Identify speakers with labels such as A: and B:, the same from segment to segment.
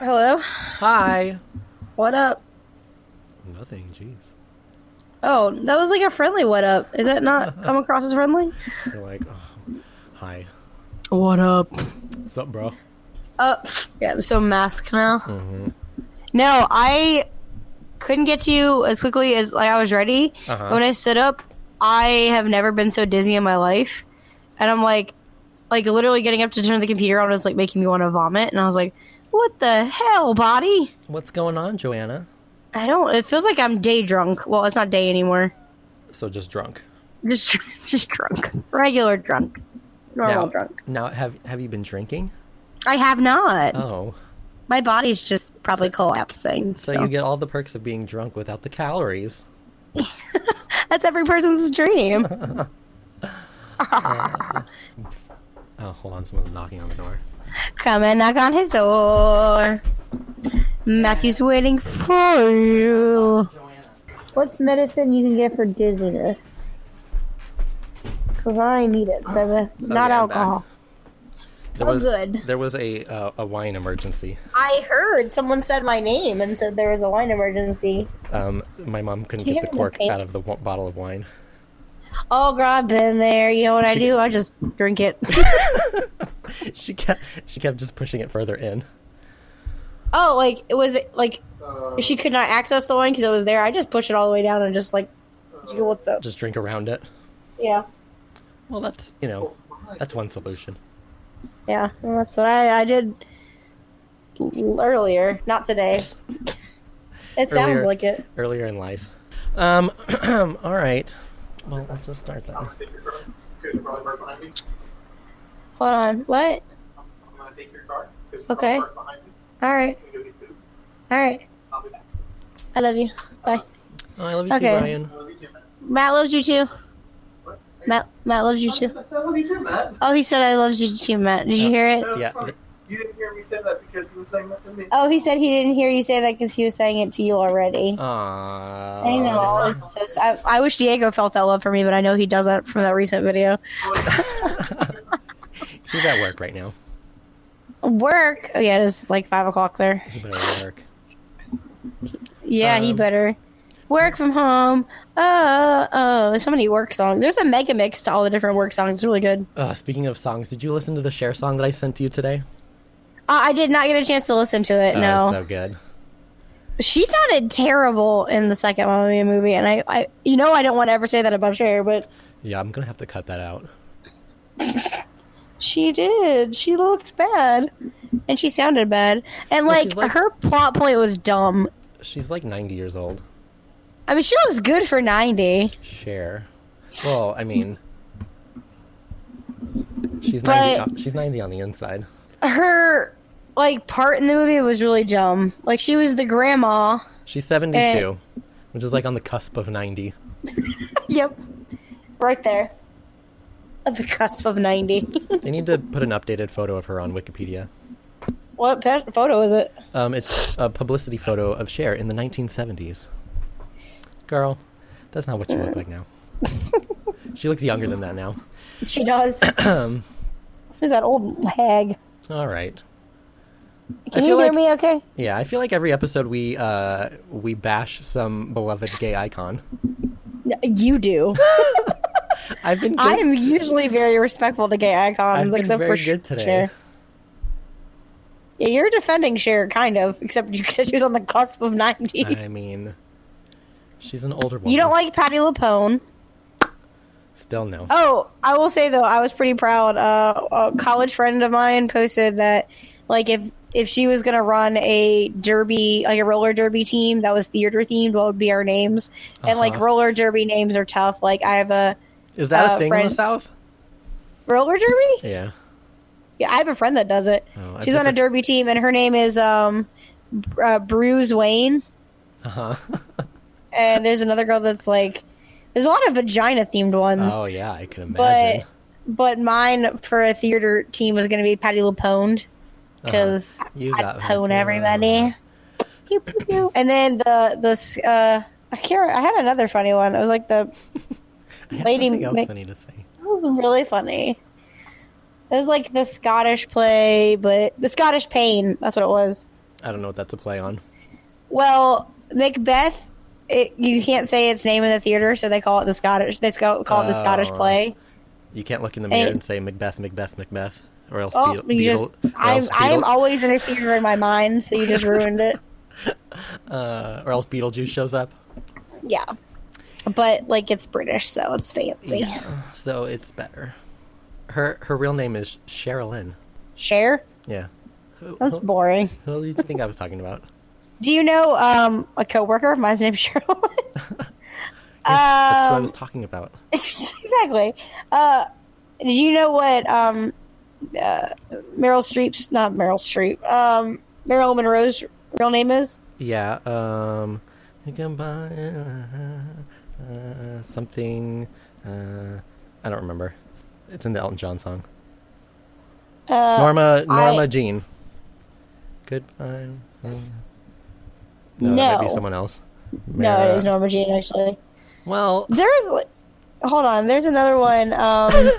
A: Hello.
B: Hi.
A: What up?
B: Nothing. Jeez.
A: Oh, that was like a friendly what up. Is that not come across as friendly?
B: You're like, oh, hi.
A: What up?
B: What's up, bro?
A: Up. yeah, I'm so masked now. No, I couldn't get to you as quickly as like I was ready.
B: Uh-huh.
A: When I stood up, I have never been so dizzy in my life. And I'm like like literally getting up to turn the computer on was like making me want to vomit and I was like, What the hell, body?
B: What's going on, Joanna?
A: I don't it feels like I'm day drunk. Well, it's not day anymore.
B: So just drunk.
A: Just just drunk. Regular drunk. Normal drunk.
B: Now have have you been drinking?
A: I have not.
B: Oh,
A: My body's just probably collapsing.
B: so, you get all the perks of being drunk without the calories.
A: That's every person's dream.
B: Oh, hold on, someone's knocking on the door.
A: Come and knock on his door. Matthew's waiting for you.
C: What's medicine you can get for dizziness? Cause I need it, baby.
B: Oh, yeah,
C: Not
B: I'm back.
C: alcohol.
B: There
C: Oh,
B: was
C: good.
B: there was a uh, a wine emergency.
C: I heard someone said my name and said there was a wine emergency.
B: Um, my mom couldn't
C: You
B: get the
C: have no
B: cork
C: face.
B: out of the w- bottle of wine.
A: Oh girl, I've been there. You know what I do? I just drink it.
B: She kept she kept just pushing it further in.
A: oh, like it was like she could not access the wine because it was there. I just push it all the way down and just like deal with the
B: Just drink around it.
A: yeah
B: Well, that's you know, that's one solution.
A: yeah. And that's what I I did l- earlier. Not today. It sounds
B: Earlier.
A: like it.
B: earlier in life. Um, all right. Well, let's just start then. Oh,
A: Hold on. What? Okay. All right. All right. I love you. Bye.
B: Oh, I love you
A: Okay.
B: too, Ryan.
A: Matt loves you too. Matt Matt loves you too. Oh, he said I loves you too, Matt. Did you hear it?
B: Yeah, th-
D: You didn't hear me say that because he was saying that to me.
A: Oh, he said he didn't hear you say that because he was saying it to you already.
B: Aww.
A: I know. It's so, I, I wish Diego felt that love for me, but I know he doesn't from that recent video.
B: He's at work right now.
A: Work. Oh, yeah, it is like five o'clock there.
B: He better work.
A: Yeah, he
B: Um,
A: better work from home. Uh, oh, there's so many work songs. There's a mega mix to all the different work songs. It's really good.
B: Uh, speaking of songs, did you listen to the share song that I sent to you today?
A: Uh, I did not get a chance to listen to it.
B: Oh,
A: no,
B: so good.
A: she sounded terrible in the second Mamma Mia movie, and I, I, you know, I don't want to ever say that about Cher, but
B: Yeah, I'm gonna have to cut that out.
A: She did. She looked bad, and she sounded bad, and
B: Well,
A: like,
B: she's like-
A: her plot point was dumb.
B: She's like 90 years old.
A: I mean, she looks good for ninety.
B: Share. Well, I mean, she's 90.
A: But-
B: on- she's 90 on the inside.
A: Her like part in the movie was really dumb. Like she was the grandma.
B: She's 72,
A: Eh.
B: which is like on the cusp of 90.
A: Yep, right there, at the cusp of ninety.
B: They need to put an updated photo of her on Wikipedia.
A: what pe- photo is it?
B: Um, it's a publicity photo of Cher in the 1970s. Girl, that's not what you look like now. she looks younger than that now.
A: She does. Who's that old hag?
B: All right.
A: Can
B: I
A: you
B: feel
A: hear
B: like-
A: me? Okay.
B: Yeah, I feel like every episode we uh, we bash some beloved gay icon.
A: You do.
B: I've been good,
A: I am usually very respectful to gay icons,
B: I've been
A: except
B: very
A: for
B: good today.
A: Cher. Yeah, you're defending Cher, kind of, except you said she was on the cusp of 90.
B: I mean, she's an older woman.
A: you don't like Patty LaPone.
B: Still no.
A: Oh, I will say, though, I was pretty proud. Uh, a college friend of mine posted that, like, if if she was going to run a derby, like a roller derby team that was theater themed, what would be our names? And, like,
B: Uh-huh.
A: roller derby names are tough. Like, I have a
B: Is that
A: uh,
B: a thing in
A: friend-
B: the South?
A: roller derby?
B: Yeah.
A: Yeah, I have a friend that does it.
B: Oh, I've
A: She's on a
B: never-
A: derby team, and her name is um, uh, Bruce Wayne.
B: Uh-huh.
A: And there's another girl that's like, there's a lot of vagina themed ones,
B: oh, yeah, I can
A: but
B: imagine. Uh-huh.
A: but mine for a theater team was gonna be Patty LuPone
B: Uh-huh.
A: because
B: you
A: I
B: got me
A: pwn
B: there.
A: everybody. Pew, pew, pew. and then the the uh, I can't. I had another funny one. It was like the
B: I had
A: Lady
B: something else
A: Mac-
B: funny to say.
A: That was really funny. It was like the Scottish play, but the Scottish pain. That's what it was.
B: I don't know what that's a play on.
A: Well, Macbeth, it, you can't say its name in the theater, so they call it the Scottish. They call call it the Scottish
B: Oh.
A: play.
B: You can't look in the mirror
A: Hey.
B: and say Macbeth, Macbeth, Macbeth, or else
A: Oh,
B: Beetle.
A: you just
B: Beetle- or
A: I'm
B: else
A: I'm
B: Beetle-
A: always in a theater in my mind, so you just ruined it.
B: uh, or else Beetlejuice shows up.
A: Yeah, but like it's British, so it's fancy.
B: So it's better. Her her real name is Sherilyn.
A: Share?
B: Yeah. Who,
A: That's
B: who,
A: boring.
B: who do you think I was talking about?
A: Do you know um a coworker of mine's named Cheryl?
B: Yes, that's what I
A: Um,
B: was talking about.
A: exactly. Uh, did you know what um, uh, Meryl Streep's not Meryl Streep, um, Meryl Monroe's real name is?
B: Yeah. Um, you can buy uh, uh, something. Uh, I don't remember. It's, it's in the Elton John song.
A: Uh,
B: Norma Norma
A: I-
B: Jean. Goodbye. No, that might
A: No.
B: be someone else.
A: No, it
B: Mara-
A: is Norma Jean actually.
B: Well,
A: There's like, hold on. There's another one. Um,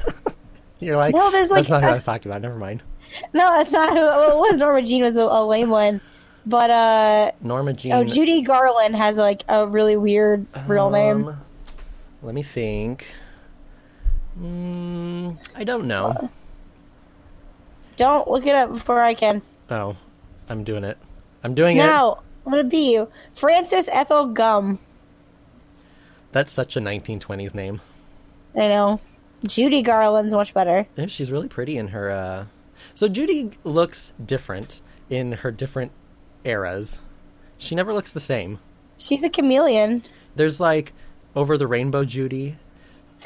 B: you're like,
A: No, there's like-
B: that's not who I was talking about. Never mind.
A: no, that's not who well, it was. Norma Jean was a, a lame one, but uh,
B: Norma Jean.
A: oh, Judy Garland has like a really weird real name.
B: Um, Let me think. Mm, I don't know.
A: Don't look it up before I can.
B: Oh, I'm doing it. I'm doing it.
A: No, I'm gonna be you, Frances Ethel Gum.
B: That's such a 1920s name.
A: I know. Judy Garland's much better.
B: Yeah, she's really pretty in her. Uh... So Judy looks different in her different eras. She never looks the same.
A: She's a chameleon.
B: There's like over the rainbow Judy,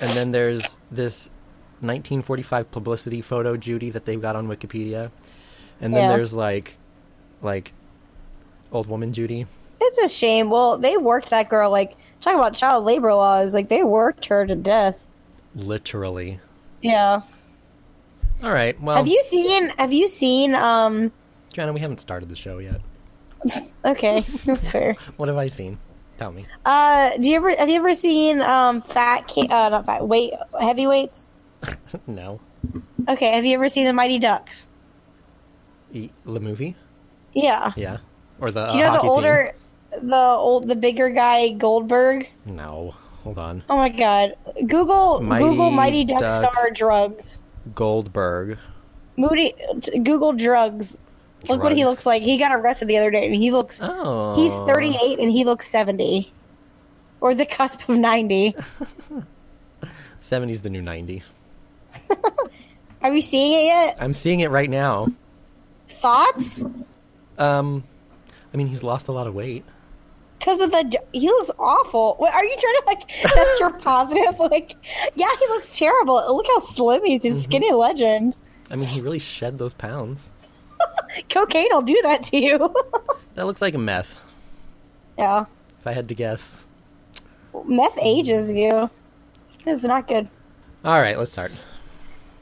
B: and then there's this 1945 publicity photo Judy that they've got on Wikipedia, and then
A: Yeah.
B: there's like, like, old woman Judy.
A: It's a shame. Well, they worked that girl like talk about child labor laws. Like they worked her to death.
B: Literally.
A: Yeah.
B: All right. Well,
A: Have you seen? Have you seen? Um.
B: Joanna, we haven't started the show yet.
A: Okay, that's fair.
B: What have I seen? Tell me.
A: Uh, do you ever have you ever seen um fat ca- uh not fat weight heavyweights?
B: no.
A: Okay, have you ever seen the Mighty Ducks?
B: E- the movie?
A: Yeah.
B: Yeah. Or the
A: Do you know
B: uh,
A: the
B: hockey
A: older, the old, the bigger guy Goldberg?
B: team? No. Hold on.
A: Oh my God! Google
B: Mighty
A: Google Mighty Duck
B: Ducks.
A: star drugs.
B: Goldberg.
A: Moody t- Google drugs. Look what he
B: Drugs.
A: looks like. He got arrested the other day, and he looks
B: Oh.
A: he's 38 and he looks 70, or the cusp of 90.
B: 70's the new 90.
A: Are we seeing it yet?
B: I'm seeing it right now.
A: Thoughts?
B: Um, I mean, he's lost a lot of weight.
A: Because of the j- he looks awful. Wait, are you trying to like that's your positive? Like, yeah, he looks terrible. Look how slim he is.
B: Mm-hmm.
A: He's a skinny legend.
B: I mean, he really shed those pounds.
A: Cocaine will do that to you.
B: That looks like meth,
A: yeah,
B: if I had to guess.
A: meth ages you. It's not good.
B: All right, let's start.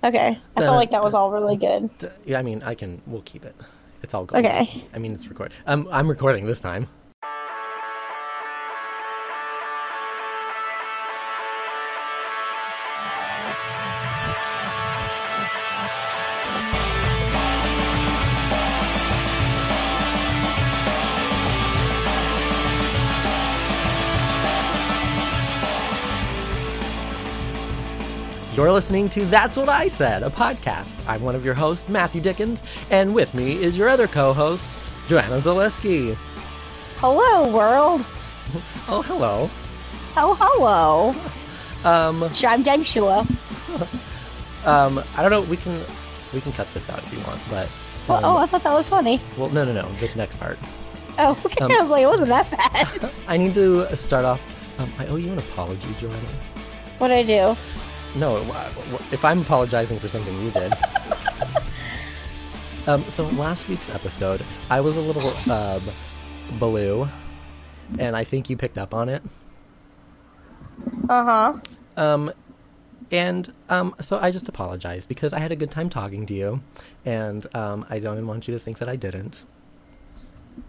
A: Okay. I
B: Dun,
A: felt like that was all really good.
B: D- Yeah, I mean, I can. We'll keep it. It's all gold.
A: Okay.
B: I mean, it's record. Um, I'm recording this time. You're listening to That's What I Said, a podcast. I'm one of your hosts, Matthew Dickens, and with me is your other co host, Joanna Zaleski.
A: Hello, world.
B: Oh, hello.
A: Oh, hello.
B: Um,
A: Sh- I'm damn sure.
B: um, I don't know. We can we can cut this out if you want, but
A: Oh,
B: um,
A: oh, I thought that was funny.
B: well, no, no, no. This next part.
A: Oh, okay.
B: um,
A: I was like, it wasn't that bad.
B: I need to start off. Um, I owe you an apology, Joanna.
A: what I do?
B: No, wh- wh- if I'm apologizing for something you did. um, so last week's episode, I was a little um, blue, and I think you picked up on it.
A: Uh huh.
B: Um, and um, so I just apologize because I had a good time talking to you, and um, I don't want you to think that I didn't.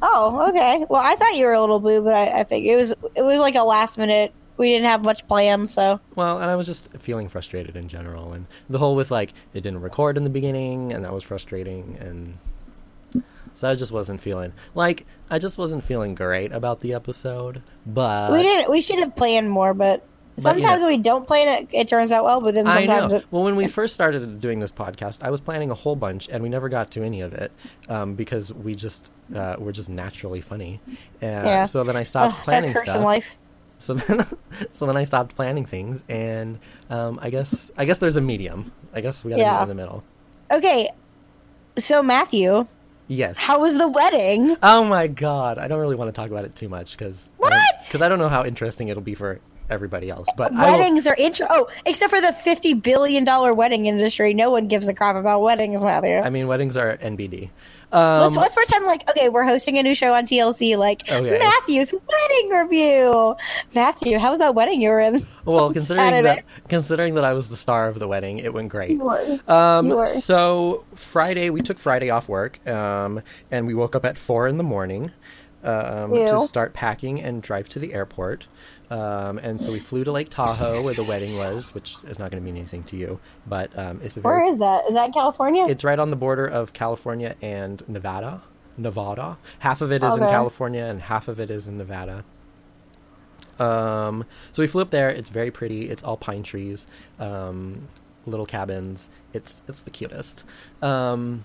A: Oh, okay. Well, I thought you were a little blue, but I, I think it was it was like a last minute. We didn't have much planned, so
B: Well, and I was just feeling frustrated in general, and the whole with like it didn't record in the beginning, and that was frustrating, and So I just wasn't feeling like I just wasn't feeling great about the episode. But
A: we didn't. We should have planned more, but,
B: But, you
A: sometimes
B: know-
A: when we don't plan it, it turns out well. But then
B: I know.
A: sometimes it,
B: well, when we first started doing this podcast, I was planning a whole bunch, and we never got to any of it um, because we just uh, we're just naturally funny. Uh,
A: Yeah.
B: So then I
A: Ugh,
B: stopped
A: it's that
B: planning
A: curse
B: stuff.
A: in life.
B: So then, so then I stopped planning things, and um, I guess I guess there's a medium. I guess we got to
A: Yeah.
B: meet in the middle.
A: Okay, so Matthew,
B: Yes.
A: how was the wedding?
B: oh my god! I don't really want to talk about it too much because
A: What?
B: Because I don't know how interesting it'll be for everybody else. But I will,
A: Weddings are intro. Oh, except for the fifty billion dollar wedding industry, no one gives a crap about weddings, Matthew.
B: I mean, weddings are NBD.
A: let's
B: Um,
A: let's pretend like okay, we're hosting a new show on TLC, like
B: Okay.
A: Matthew's wedding review. Matthew, how was that wedding you were in?
B: well, considering
A: Saturday.
B: that considering that I was the star of the wedding, it went great.
C: You were.
B: Um,
C: You were.
B: So Friday, we took Friday off work, um, and we woke up at four in the morning um, to
C: Ew.
B: start packing and drive to the airport. Um, and so we flew to Lake Tahoe where the wedding was, which is not going to mean anything to you, but um, it's a very
A: Where is that? Is that in California?
B: it's right on the border of California and Nevada. Nevada. Half of it is in
C: Okay.
B: California and half of it is in Nevada. Um, so we flew up there. It's very pretty. It's all pine trees, um, little cabins. It's it's the cutest. Um,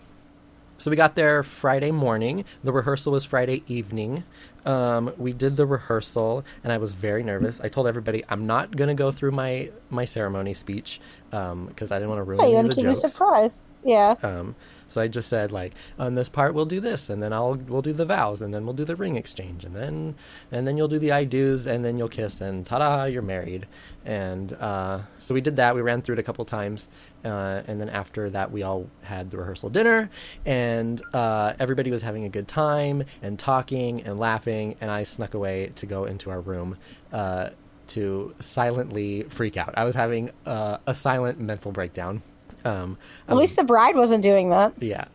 B: so we got there Friday morning. The rehearsal was Friday evening. Um, we did the rehearsal, and I was very nervous. I told everybody I'm not gonna go through my my ceremony speech because I didn't want to ruin
A: yeah, you
B: any
A: want
B: of
A: to
B: the
A: keep
B: jokes.
A: me surprised. Yeah.
B: Um, so I just said like on this part we'll do this, and then I'll we'll do the vows, and then we'll do the ring exchange, and then and then you'll do the I do's, and then you'll kiss, and ta-da, you're married. And uh, so we did that. We ran through it a couple times, uh, and then after that we all had the rehearsal dinner, and uh, everybody was having a good time and talking and laughing, and I snuck away to go into our room. Uh, to silently freak out. I was having uh, a silent mental breakdown. Um, I
A: At
B: was
A: least the bride wasn't doing that.
B: yeah.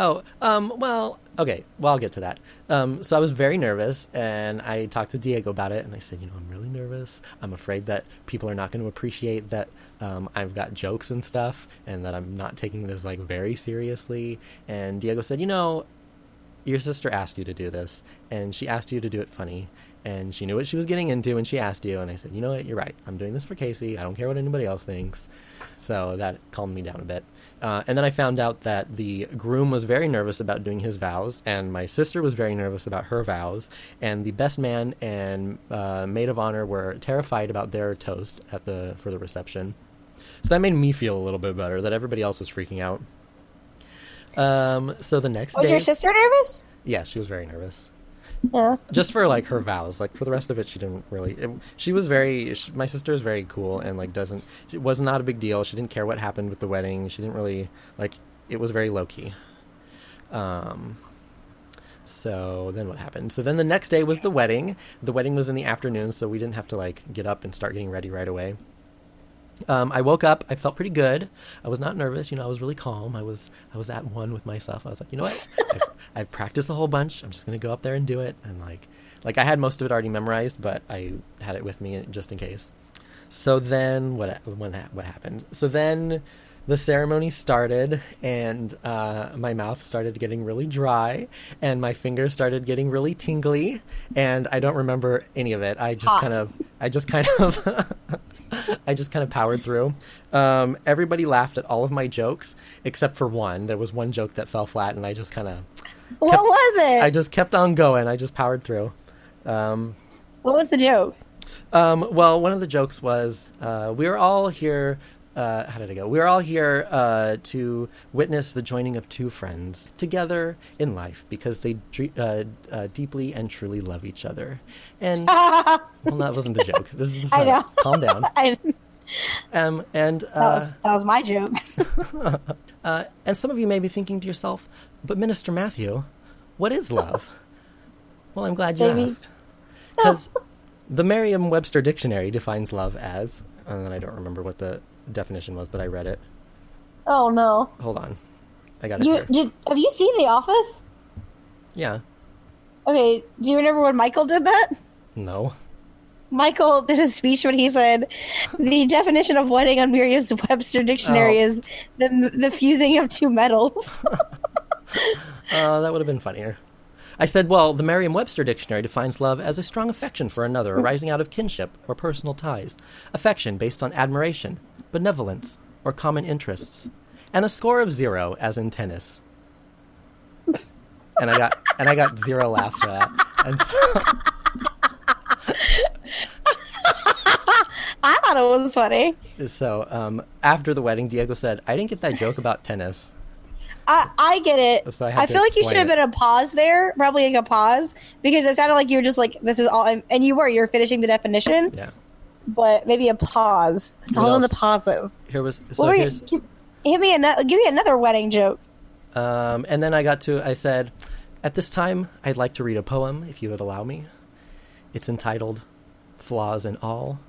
B: Oh, um, well, okay. Well, I'll get to that. Um, so I was very nervous, and I talked to Diego about it, and I said, you know, I'm really nervous. I'm afraid that people are not going to appreciate that um, I've got jokes and stuff, and that I'm not taking this like very seriously. And Diego said, you know, your sister asked you to do this, and she asked you to do it funny, and she knew what she was getting into, and she asked you, and I said, you know what, you're right. I'm doing this for Casey. I don't care what anybody else thinks. So that calmed me down a bit. Uh, and then I found out that the groom was very nervous about doing his vows, and my sister was very nervous about her vows, and the best man and uh, maid of honor were terrified about their toast at the for the reception. So that made me feel a little bit better that everybody else was freaking out. Um, so the next
A: Was
B: day,
A: your sister nervous?
B: yeah, she was very nervous.
A: Yeah.
B: Just for like her vows, like for the rest of it, she didn't really. It, she was very. She, my sister is very cool and like doesn't. It was not a big deal. She didn't care what happened with the wedding. She didn't really like. It was very low key. Um. So then what happened? So then the next day was the wedding. The wedding was in the afternoon, so we didn't have to like get up and start getting ready right away. Um, I woke up. I felt pretty good. I was not nervous. You know, I was really calm. I was I was at one with myself. I was like, you know what? I've, I've practiced a whole bunch. I'm just gonna go up there and do it. And like, like I had most of it already memorized, but I had it with me just in case. So then what when, what happened? So then the ceremony started and uh, my mouth started getting really dry and my fingers started getting really tingly and I don't remember any of it. I just
A: Hot.
B: kind of I just kind of I just kind of powered through. Um, everybody laughed at all of my jokes except for one. There was one joke that fell flat and I just kind of
A: What
B: Kept-
A: was it?
B: I just kept on going. I just powered through. Um,
A: what was the joke?
B: um, well, one of the jokes was uh, we're all here. Uh, how did it go? We're all here uh, to witness the joining of two friends together in life because they dre- uh, uh, deeply and truly love each other. And well, that wasn't the joke. This is the
A: I know.
B: setup. Calm down.
A: I, that
B: Um, and uh,
A: was that was my joke.
B: uh, and some of you may be thinking to yourself, but Minister Matthew, what is love? well, I'm glad you
A: Baby.
B: asked. Because the Merriam Webster Dictionary defines love as, and then I don't remember what the definition was, but I read it.
A: Oh no!
B: Hold on. I got it
A: You
B: here.
A: did? Have you seen The Office?
B: Yeah.
A: Okay. Do you remember when Michael did that?
B: No.
A: Michael did a speech when he said, "The definition of wedding on Merriam-Webster dictionary
B: Oh.
A: is the the fusing of two metals."
B: Uh, that would have been funnier. I said, well, the Merriam Webster Dictionary defines love as a strong affection for another arising out of kinship or personal ties, affection based on admiration, benevolence, or common interests, and a score of zero, as in tennis. And I got and I got zero laughs for that. And so,
A: I thought it was funny.
B: so um, after the wedding, Diego said, "I didn't get that joke about tennis."
A: I, I get it.
B: So I
A: I,
B: had to
A: feel like you should
B: explain
A: have
B: it.
A: been a pause there, probably like a pause, because it sounded like you were just like, "This is all," I'm, and you were you were finishing the definition,
B: Yeah,
A: but maybe a pause. It's
B: What
A: all in the
B: else?
A: pauses.
B: here was so
A: What were you-
B: here's
A: give, hit me another. Give me another wedding joke.
B: Um, and then I got to, I said, at this time, I'd like to read a poem, if you would allow me. It's entitled Flaws and All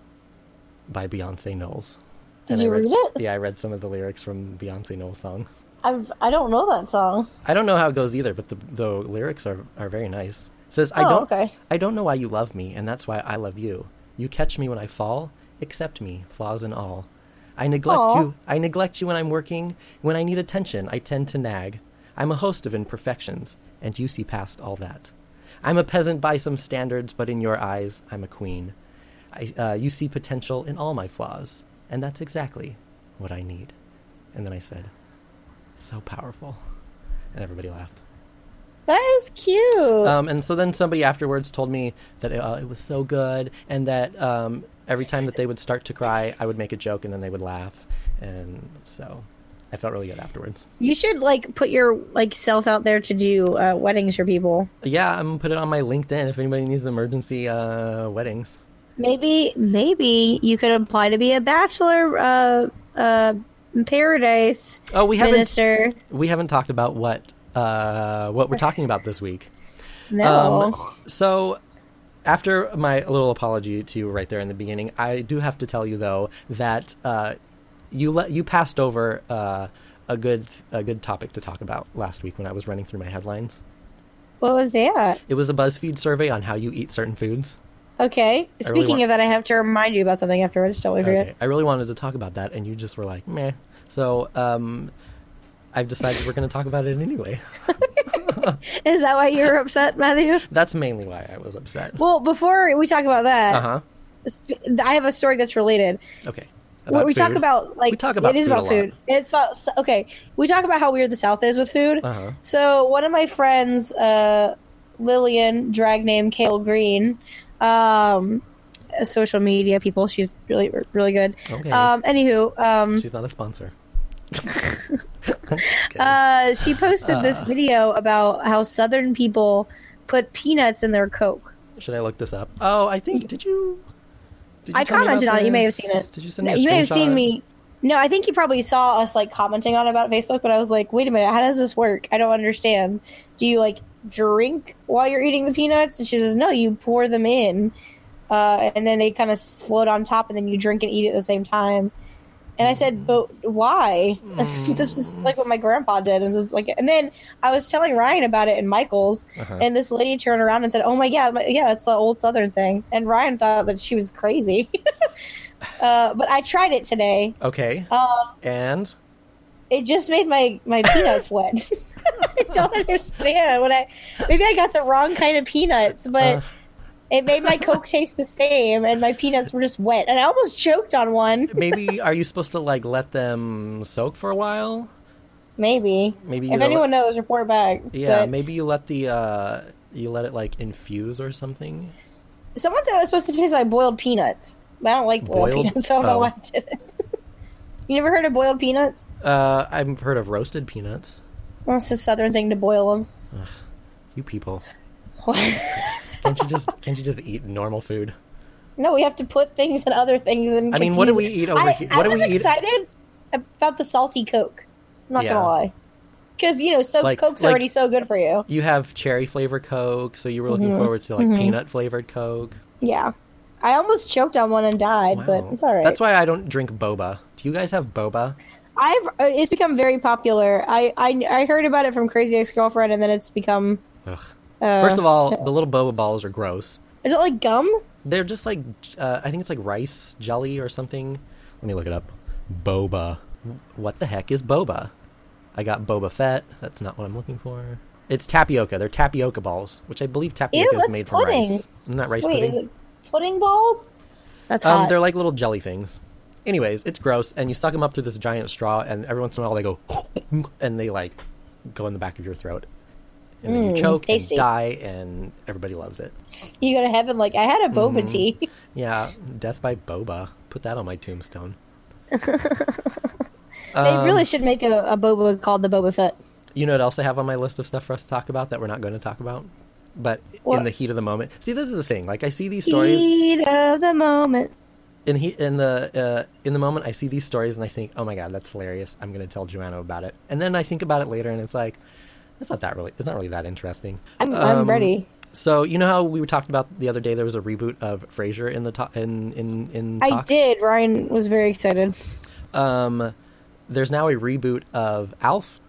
B: by Beyonce Knowles.
C: Did
B: And
C: you
B: I
C: read it?
B: Yeah, I read some of the lyrics from Beyonce Knowles' song.
A: I I don't know that song.
B: I don't know how it goes either, but the, the lyrics are, are very nice. It says, I
A: Oh,
B: don't,
A: okay.
B: I don't know why you love me, and that's why I love you. You catch me when I fall, accept me, flaws and all. I neglect
A: Aw.
B: you. I neglect you when I'm working. When I need attention, I tend to nag. I'm a host of imperfections, and you see past all that. I'm a peasant by some standards, but in your eyes, I'm a queen. I, uh, you see potential in all my flaws, and that's exactly what I need. And then I said, so powerful. And everybody laughed.
A: That is cute.
B: Um, and so then somebody afterwards told me that uh, it was so good, and that um, every time that they would start to cry, I would make a joke, and then they would laugh, and so I felt really good afterwards.
A: you should like put your like self out there to do uh, weddings for people.
B: Yeah, I'm gonna put it on my LinkedIn if anybody needs emergency uh, weddings.
A: Maybe maybe you could apply to be a bachelor uh, uh, in paradise
B: Oh, we haven't
A: minister.
B: we haven't talked about what uh, what we're talking about this week.
A: No,
B: Um, so after my little apology to you right there in the beginning, I do have to tell you though that uh, you let you passed over uh, a good a good topic to talk about last week when I was running through my headlines.
A: what was that?
B: It was a BuzzFeed survey on how you eat certain foods.
A: Okay.
B: really
A: Speaking
B: want-
A: of that, I have to remind you about something afterwards. Don't we forget?
B: I really wanted to talk about that, and you just were like, "Meh." So um, I've decided we're going to talk about it anyway.
A: Is that why you're upset, Matthew?
B: That's mainly why I was upset.
A: Well, before we talk about
B: Uh
A: that,
B: huh.
A: sp- I have a story that's related.
B: Okay.
A: What we talk
B: food.
A: about like
B: We talk about
A: it is
B: food a
A: about
B: lot.
A: food. It's about okay. We talk about how weird the South is with food.
B: Uh-huh.
A: So one of my friends, uh, Lillian, drag name Kale Green, um, social media people. She's really really good.
B: Okay.
A: Um, anywho, um,
B: She's not a sponsor.
A: uh, she posted this video about how Southern people put peanuts in their Coke.
B: Should I look this up? Oh, I think did you? Did you
A: I
B: tell me about
A: commented on it. You may have seen
B: this?
A: it.
B: Did you send me? A
A: you may have
B: screenshot?
A: seen me. No, I think you probably saw us like commenting on it about Facebook, but I was like, wait a minute, how does this work? I don't understand. Do you like drink while you're eating the peanuts? And she says, no, you pour them in, uh, and then they kind of float on top, and then you drink and eat at the same time. And I
B: Mm.
A: said, but why? this is like what my grandpa did, and it was like, and then I was telling Ryan about it in Michaels,
B: Uh-huh.
A: and this lady turned around and said, "Oh my god, my, yeah, that's the old Southern thing." And Ryan thought that she was crazy. uh, but I tried it today.
B: Okay.
A: Uh,
B: and
A: it just made my my peanuts wet. I don't understand what I. Maybe I got the wrong kind of peanuts, but
B: Uh.
A: it made my Coke taste the same, and my peanuts were just wet. And I almost choked on one.
B: maybe are you supposed to like let them soak for a while?
A: Maybe.
B: Maybe you
A: If
B: let-
A: anyone knows, report back.
B: Yeah.
A: But
B: Maybe you let the uh you let it like infuse or something.
A: someone said it was supposed to taste like boiled peanuts, but I don't like boiled,
B: Boiled?
A: peanuts, so I don't know
B: Oh.
A: why I did it. you never heard of boiled peanuts?
B: Uh, I've heard of roasted peanuts.
A: Well, it's a southern thing to boil them.
B: You people, can't you just can't you just eat normal food?
A: no, we have to put things in other things and.
B: I mean, what do
A: confuse
B: we
A: it.
B: eat over
A: I,
B: here-
A: I
B: what do
A: was
B: we eat-
A: excited about the salty Coke. I'm not
B: Yeah.
A: gonna lie, because you know, so
B: Like-
A: Coke's
B: like-
A: already so good for you.
B: You have cherry flavor Coke, so you were
A: Mm-hmm.
B: looking forward to like peanut flavored Coke.
A: Yeah, I almost choked on one and died, but
B: Wow.
A: it's all right.
B: That's why I don't drink boba. Do you guys have boba?
A: I've uh, it's become very popular. I I, I heard about it from Crazy Ex Girlfriend, and then it's become.
B: Ugh.
A: Uh,
B: First of all, the little boba balls are gross.
A: is it like gum?
B: They're just like uh, I think it's like rice jelly or something. Let me look it up. Boba. What the heck is boba? I got Boba Fett. That's not what I'm looking for. It's tapioca. They're tapioca balls, which I believe tapioca is
A: that's
B: made from
A: pudding.
B: rice. Isn't that rice
A: Wait,
B: pudding?
A: is it pudding balls?
E: That's
B: Um,
E: hot.
B: they're like little jelly things. Anyways, it's gross, and you suck them up through this giant straw, and every once in a while they go, and they like go in the back of your throat, and then
A: Mm,
B: you choke
A: tasty.
B: and die, and everybody loves it.
A: You go to heaven like I had a boba
B: Mm-hmm.
A: tea.
B: Yeah, death by boba. Put that on my tombstone. Um,
A: they really should make a, a boba called the Boba Fett.
B: You know what else I have on my list of stuff for us to talk about that we're not going to talk about, but in
A: What?
B: the heat of the moment. See, this is the thing. Like I see these stories.
A: Heat of the moment.
B: in the in the uh, in the moment I see these stories and I think, oh my god, that's hilarious. I'm gonna tell Joanna about it, and then I think about it later and it's like, it's not that really, it's not really that interesting.
A: I'm, I'm
B: Um,
A: ready.
B: So you know how we were talked about the other day there was a reboot of Frasier in the to- in in in
A: I
B: talks?
A: did. Ryan was very excited.
B: Um, there's now a reboot of Alf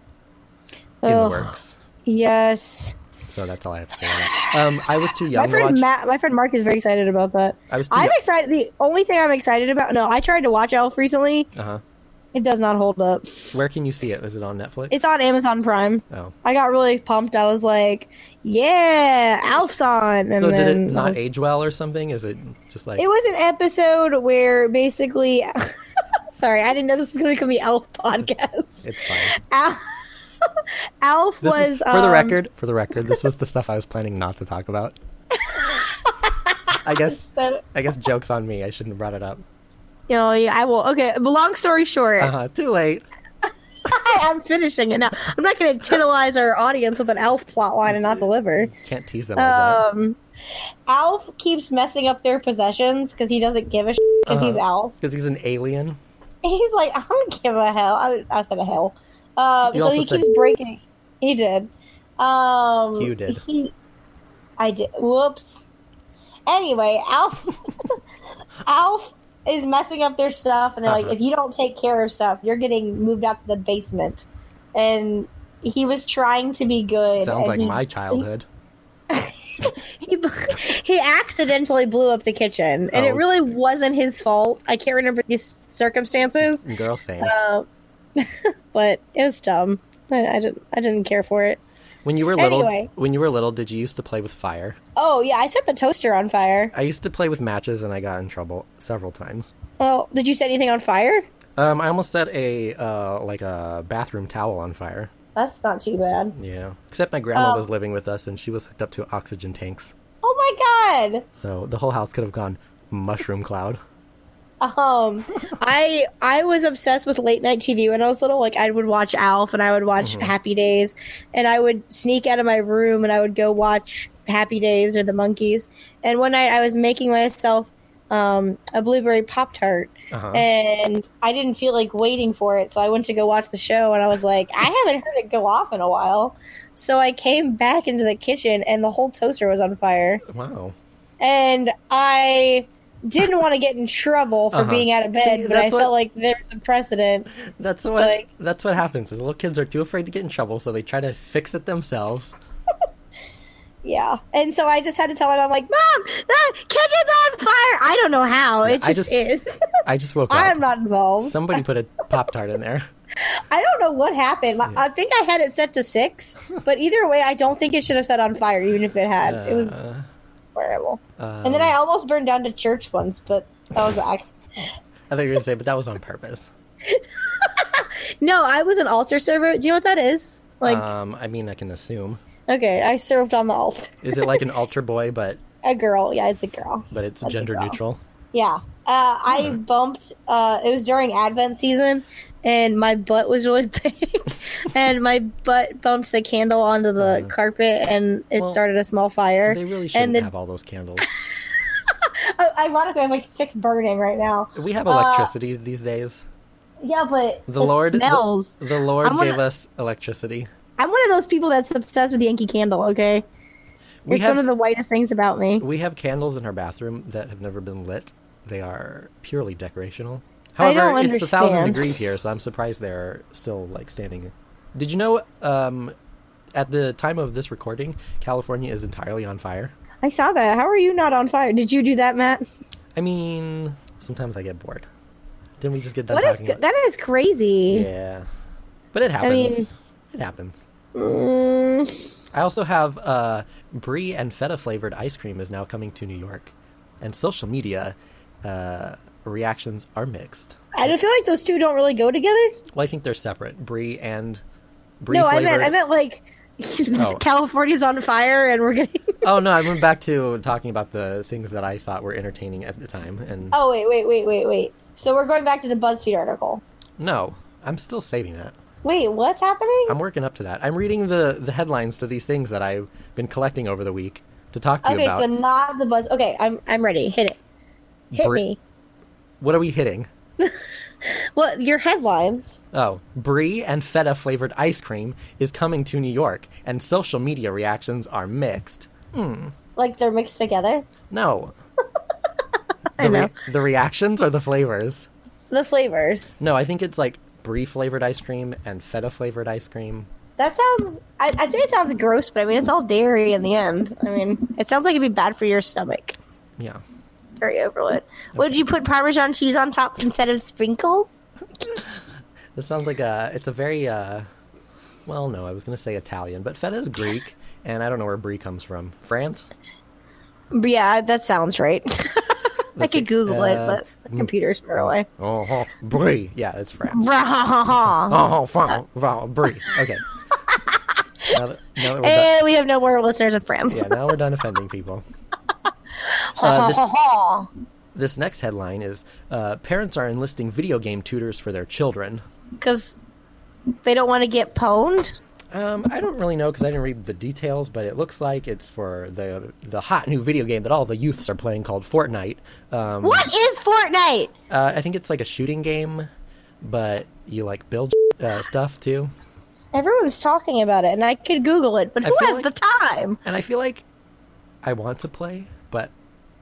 B: in the
A: Ugh.
B: works.
A: Yes.
B: So that's all I have to say. about that. Um, I was too young
A: My
B: to
A: friend
B: watch.
A: Matt, my friend Mark is very excited about that.
B: I was too
A: I'm
B: young.
A: excited. The only thing I'm excited about. No, I tried to watch Elf recently.
B: uh-huh.
A: It does not hold up.
B: Where can you see it? Is it on Netflix?
A: It's on Amazon Prime.
B: oh.
A: I got really pumped. I was like, "Yeah, Alf's on!" And
B: so did it
A: then I
B: not
A: was-
B: age well or something? Is it just like
A: It was an episode where basically, sorry, I didn't know this was going to become the Alf podcast.
B: it's fine?
A: Al- Alf
B: This
A: was
B: is, for the
A: um,
B: record. For the record, this was the stuff I was planning not to talk about. I guess
A: So,
B: I guess jokes on me. I shouldn't have brought it up.
A: you know, "Oh, yeah, I will. Okay, but long story short,
B: Uh-huh, too late.
A: I, am finishing it now. I'm not going to tantalize our audience with an Alf plotline and not deliver.
B: Can't tease them like that.
A: Um, Alf keeps messing up their possessions because he doesn't give a shit because he's
B: Uh-huh.
A: Alf.
B: Because he's an alien.
A: He's like, I don't give a hell. I, I said a hell. Um,
B: You
A: so
B: also
A: he
B: said-
A: keeps breaking. He did. Um,
B: You did.
A: He, I did. Whoops. Anyway, Alf, Alf is messing up their stuff, and they're
B: Uh-huh.
A: like, if you don't take care of stuff, you're getting moved out to the basement. And he was trying to be good.
B: Sounds
A: and
B: like
A: he-
B: my childhood.
A: he, he accidentally blew up the kitchen, and
B: Oh.
A: it really wasn't his fault. I can't remember the s- circumstances.
B: Girl, same.
A: Um, but it was dumb. I, I didn't. I didn't care for it.
B: When you were little,
A: anyway.
B: when you were little, did you used to play with fire?
A: Oh yeah, I set the toaster on fire.
B: I used to play with matches, and I got in trouble several times.
A: Well, did you set anything on fire?
B: Um, I almost set a uh, like a bathroom towel on fire.
A: That's not too bad.
B: Yeah. Except my grandma
A: Oh.
B: was living with us, and she was hooked up to oxygen tanks.
A: Oh my god.
B: So the whole house could have gone mushroom cloud.
A: Um, I I was obsessed with late night TV when I was little. Like I would watch Alf and I would watch Happy Days, and I would sneak out of my room and I would go watch Happy Days or The Monkeys. And one night I was making myself um, a blueberry pop tart,
B: Uh-huh.
A: and I didn't feel like waiting for it, so I went to go watch the show, and I was like, I haven't heard it go off in a while. So I came back into the kitchen, and the whole toaster was on fire
B: Wow.
A: and I didn't want to get in trouble for
B: Uh-huh.
A: being out of bed,
B: See,
A: but I
B: that's what-
A: felt like there's a precedent.
B: That's what
A: Like-
B: that's what happens. is Little kids are too afraid to get in trouble, so they try to fix it themselves.
A: Yeah, and so I just had to tell my mom, like, "Mom, the kitchen's on fire." I don't know how it
B: I
A: just,
B: just-
A: is.
B: I just woke
A: I am
B: up.
A: not involved.
B: Somebody put a pop tart in there.
A: I don't know what happened. My- I think I had it set to six, but either way, I don't think it should have set on fire, even if it had. it was
B: Uh,
A: horrible.
B: um,
A: and then I almost burned down to church once, but that was an accident.
B: I thought you were gonna say, but that was on purpose.
A: No, I was an altar server. Do you know what that is? Like,
B: um, I mean, I can assume.
A: okay, I served on the altar.
B: Is it like an altar boy, but
A: A girl, yeah, it's a girl.
B: but it's
A: That's a
B: gender
A: girl.
B: neutral?
A: Yeah. Uh, I
B: Hmm.
A: bumped, uh, it was during Advent season, and my butt was really big. and my butt bumped the candle onto the carpet, and it
B: Uh. Well,
A: started a small fire.
B: They really
A: and
B: shouldn't
A: then,
B: have all those candles.
A: I- ironically, I have like six burning right now.
B: We have electricity these days.
A: Yeah, but
B: The
A: it
B: Lord the-
A: smells.
B: The, Lord
A: I wanna-
B: gave us electricity.
A: I'm one of those people that's obsessed with Yankee Candle, okay?
B: We
A: it's
B: have
A: one of the whitest things about me.
B: we have candles in her bathroom that have never been lit. They are purely decorational.
A: I
B: However,
A: don't
B: it's a thousand
A: understand.
B: degrees here, so I'm surprised they're still like standing. Did you know? Um, at the time of this recording, California is entirely on fire.
A: I saw that. How are you not on fire? Did you do that, Matt?
B: I mean, sometimes I get bored. Didn't we just get done
A: What is
B: talking?
A: that?
B: about-
A: Is crazy.
B: yeah, but it happens.
A: mean-
B: it happens.
A: Mm,
B: I also have uh, brie and feta flavored ice cream is now coming to New York, and social media uh, reactions are mixed.
A: I don't feel like those two don't really go together.
B: Well, I think they're separate. Brie and brie
A: No, I
B: flavored.
A: meant I meant like California's on fire and we're getting.
B: oh no, I went back to talking about the things that I thought were entertaining at the time, and
A: Oh wait, wait, wait, wait, wait. So we're going back to the BuzzFeed article.
B: no, I'm still saving that.
A: Wait, what's happening?
B: I'm working up to that. I'm reading the the headlines to these things that I've been collecting over the week to talk to you
A: okay,
B: about.
A: so not the buzz. Okay, I'm I'm ready. Hit it. Hit
B: Bri-
A: me.
B: What are we hitting?
A: Well, your headlines.
B: Oh, brie and feta flavored ice cream is coming to New York, and social media reactions are mixed.
A: Like they're mixed together.
B: No.
A: I
B: The, re-
A: know.
B: the reactions or the flavors?
A: The flavors.
B: No, I think it's like brie flavored ice cream and feta flavored ice cream.
A: That sounds. I, I think it sounds gross, but I mean it's all dairy in the end. I mean it sounds like it'd be bad for your stomach.
B: Yeah.
A: Very overload. Would you put Parmesan cheese on top instead of sprinkles?
B: This sounds like a. It's a very. Uh, well, no, I was going to say Italian, but feta is Greek, and I don't know where brie comes from. France?
A: Yeah, that sounds right. I
B: Let's
A: could
B: see.
A: Google it,
B: Uh,
A: but my computer's far away.
B: Oh, huh, brie. Yeah, it's France.
A: Bra-ha-ha-ha.
B: Oh, fun, fun, brie. Okay. now that, now that we're done,
A: Eh, we have no more listeners in France.
B: yeah, now we're done offending people.
A: Ha,
B: uh,
A: ha,
B: this-
A: ha, ha.
B: This next headline is uh, Parents are enlisting video game tutors for their children.
A: because they don't want to get pwned.
B: Um, I don't really know because I didn't read the details, but it looks like it's for the the hot new video game that all the youths are playing called Fortnite. Um,
A: What is Fortnite?
B: Uh, I think it's like a shooting game, but you like build uh, stuff too.
A: Everyone's talking about it, and I could Google it, but
B: I
A: who
B: feel
A: has
B: like-
A: the time?
B: And I feel like I want to play, but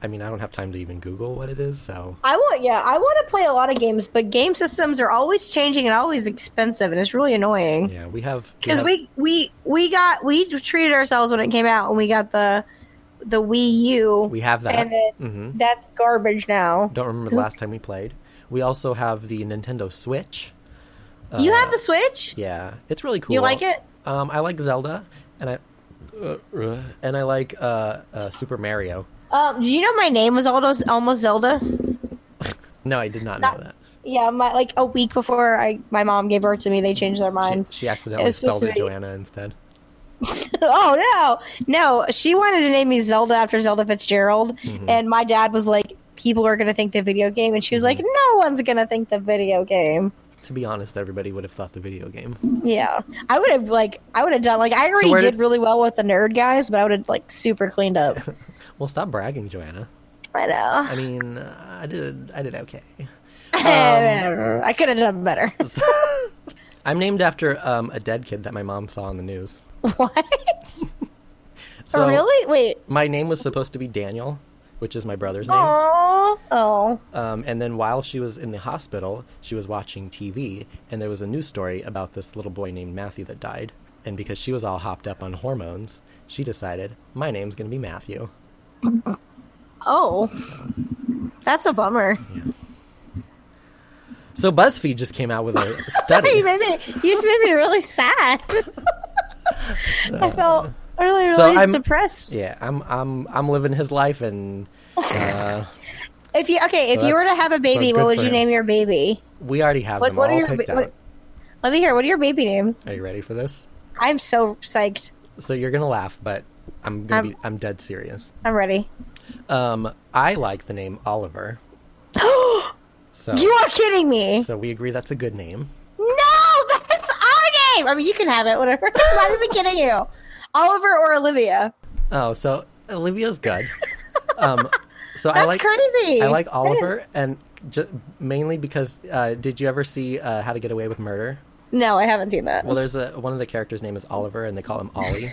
B: I mean I don't have time to even Google what it is. So
A: I want, yeah, I want to play a lot of games, but game systems are always changing and always expensive, and it's really annoying.
B: yeah, we have
A: Because
B: have-
A: we, we we got we treated ourselves when it came out, and we got the the Wii U,
B: we have that.
A: and then
B: hmm
A: that's garbage now.
B: Don't remember the last time we played. We also have the Nintendo Switch.
A: you have
B: Uh,
A: the Switch.
B: Yeah, it's really cool.
A: You like it?
B: Um, I like Zelda, and I uh, uh, and I like uh, uh, Super Mario.
A: Um, did you know my name was almost almost Zelda?
B: No, I did not,
A: Not-
B: know that.
A: Yeah, my like a week before I my mom gave birth to me, they changed their
B: She-
A: minds.
B: She, accidentally
A: It's supposed
B: spelled
A: to
B: it
A: be-
B: Joanna instead.
A: oh no, no, she wanted to name me Zelda after Zelda Fitzgerald,
B: Mm-hmm.
A: and my dad was like, "People are gonna think the video game," and she was like,
B: Mm-hmm.
A: "No one's gonna think the video game."
B: To be honest, everybody would have thought the video game.
A: Yeah, I would have like I would have done like I already
B: where
A: did,
B: did-
A: really well with the nerd guys, but I would have like super cleaned up.
B: Well, stop bragging, Joanna.
A: I know.
B: I mean, uh, I did I did okay. Um,
A: I could have done better.
B: I'm named after um, a dead kid that my mom saw on the news.
A: what?
B: So
A: Oh, really? Wait.
B: my name was supposed to be Daniel, which is my brother's name.
A: Aww. Oh.
B: Um, and then while she was in the hospital, she was watching TV, and there was a news story about this little boy named Matthew that died. And because she was all hopped up on hormones, she decided, my name's going to be Matthew.
A: Oh. That's a bummer.
B: So BuzzFeed just came out with a
A: Sorry, you
B: study.
A: made me. You just made me really sad. I felt really, really
B: So I'm-
A: depressed.
B: yeah, I'm I'm I'm living his life, and uh,
A: If you okay, if
B: So
A: you were to
B: that's-
A: have a
B: so
A: baby,
B: good
A: what would
B: for
A: you
B: him.
A: name your baby?
B: we already have
A: What-
B: them
A: what are
B: all
A: your-
B: picked
A: what-
B: out.
A: Let me hear. What are your baby names?
B: Are you ready for this?
A: I'm so psyched.
B: So you're gonna laugh, but I'm gonna
A: I'm-
B: be I'm dead serious.
A: I'm ready.
B: Um, I like the name Oliver. So
A: You are kidding me.
B: so we agree that's a good name.
A: No, that's our name. I mean, you can have it. Whatever. Why did we kidding you? Oliver or Olivia?
B: Oh, so Olivia's good. um, so I
A: That's
B: like
A: crazy.
B: I like Oliver, and ju- mainly because uh, did you ever see uh, How to Get Away with Murder?
A: No, I haven't seen that.
B: Well, there's a one of the characters' name is Oliver, and they call him Ollie,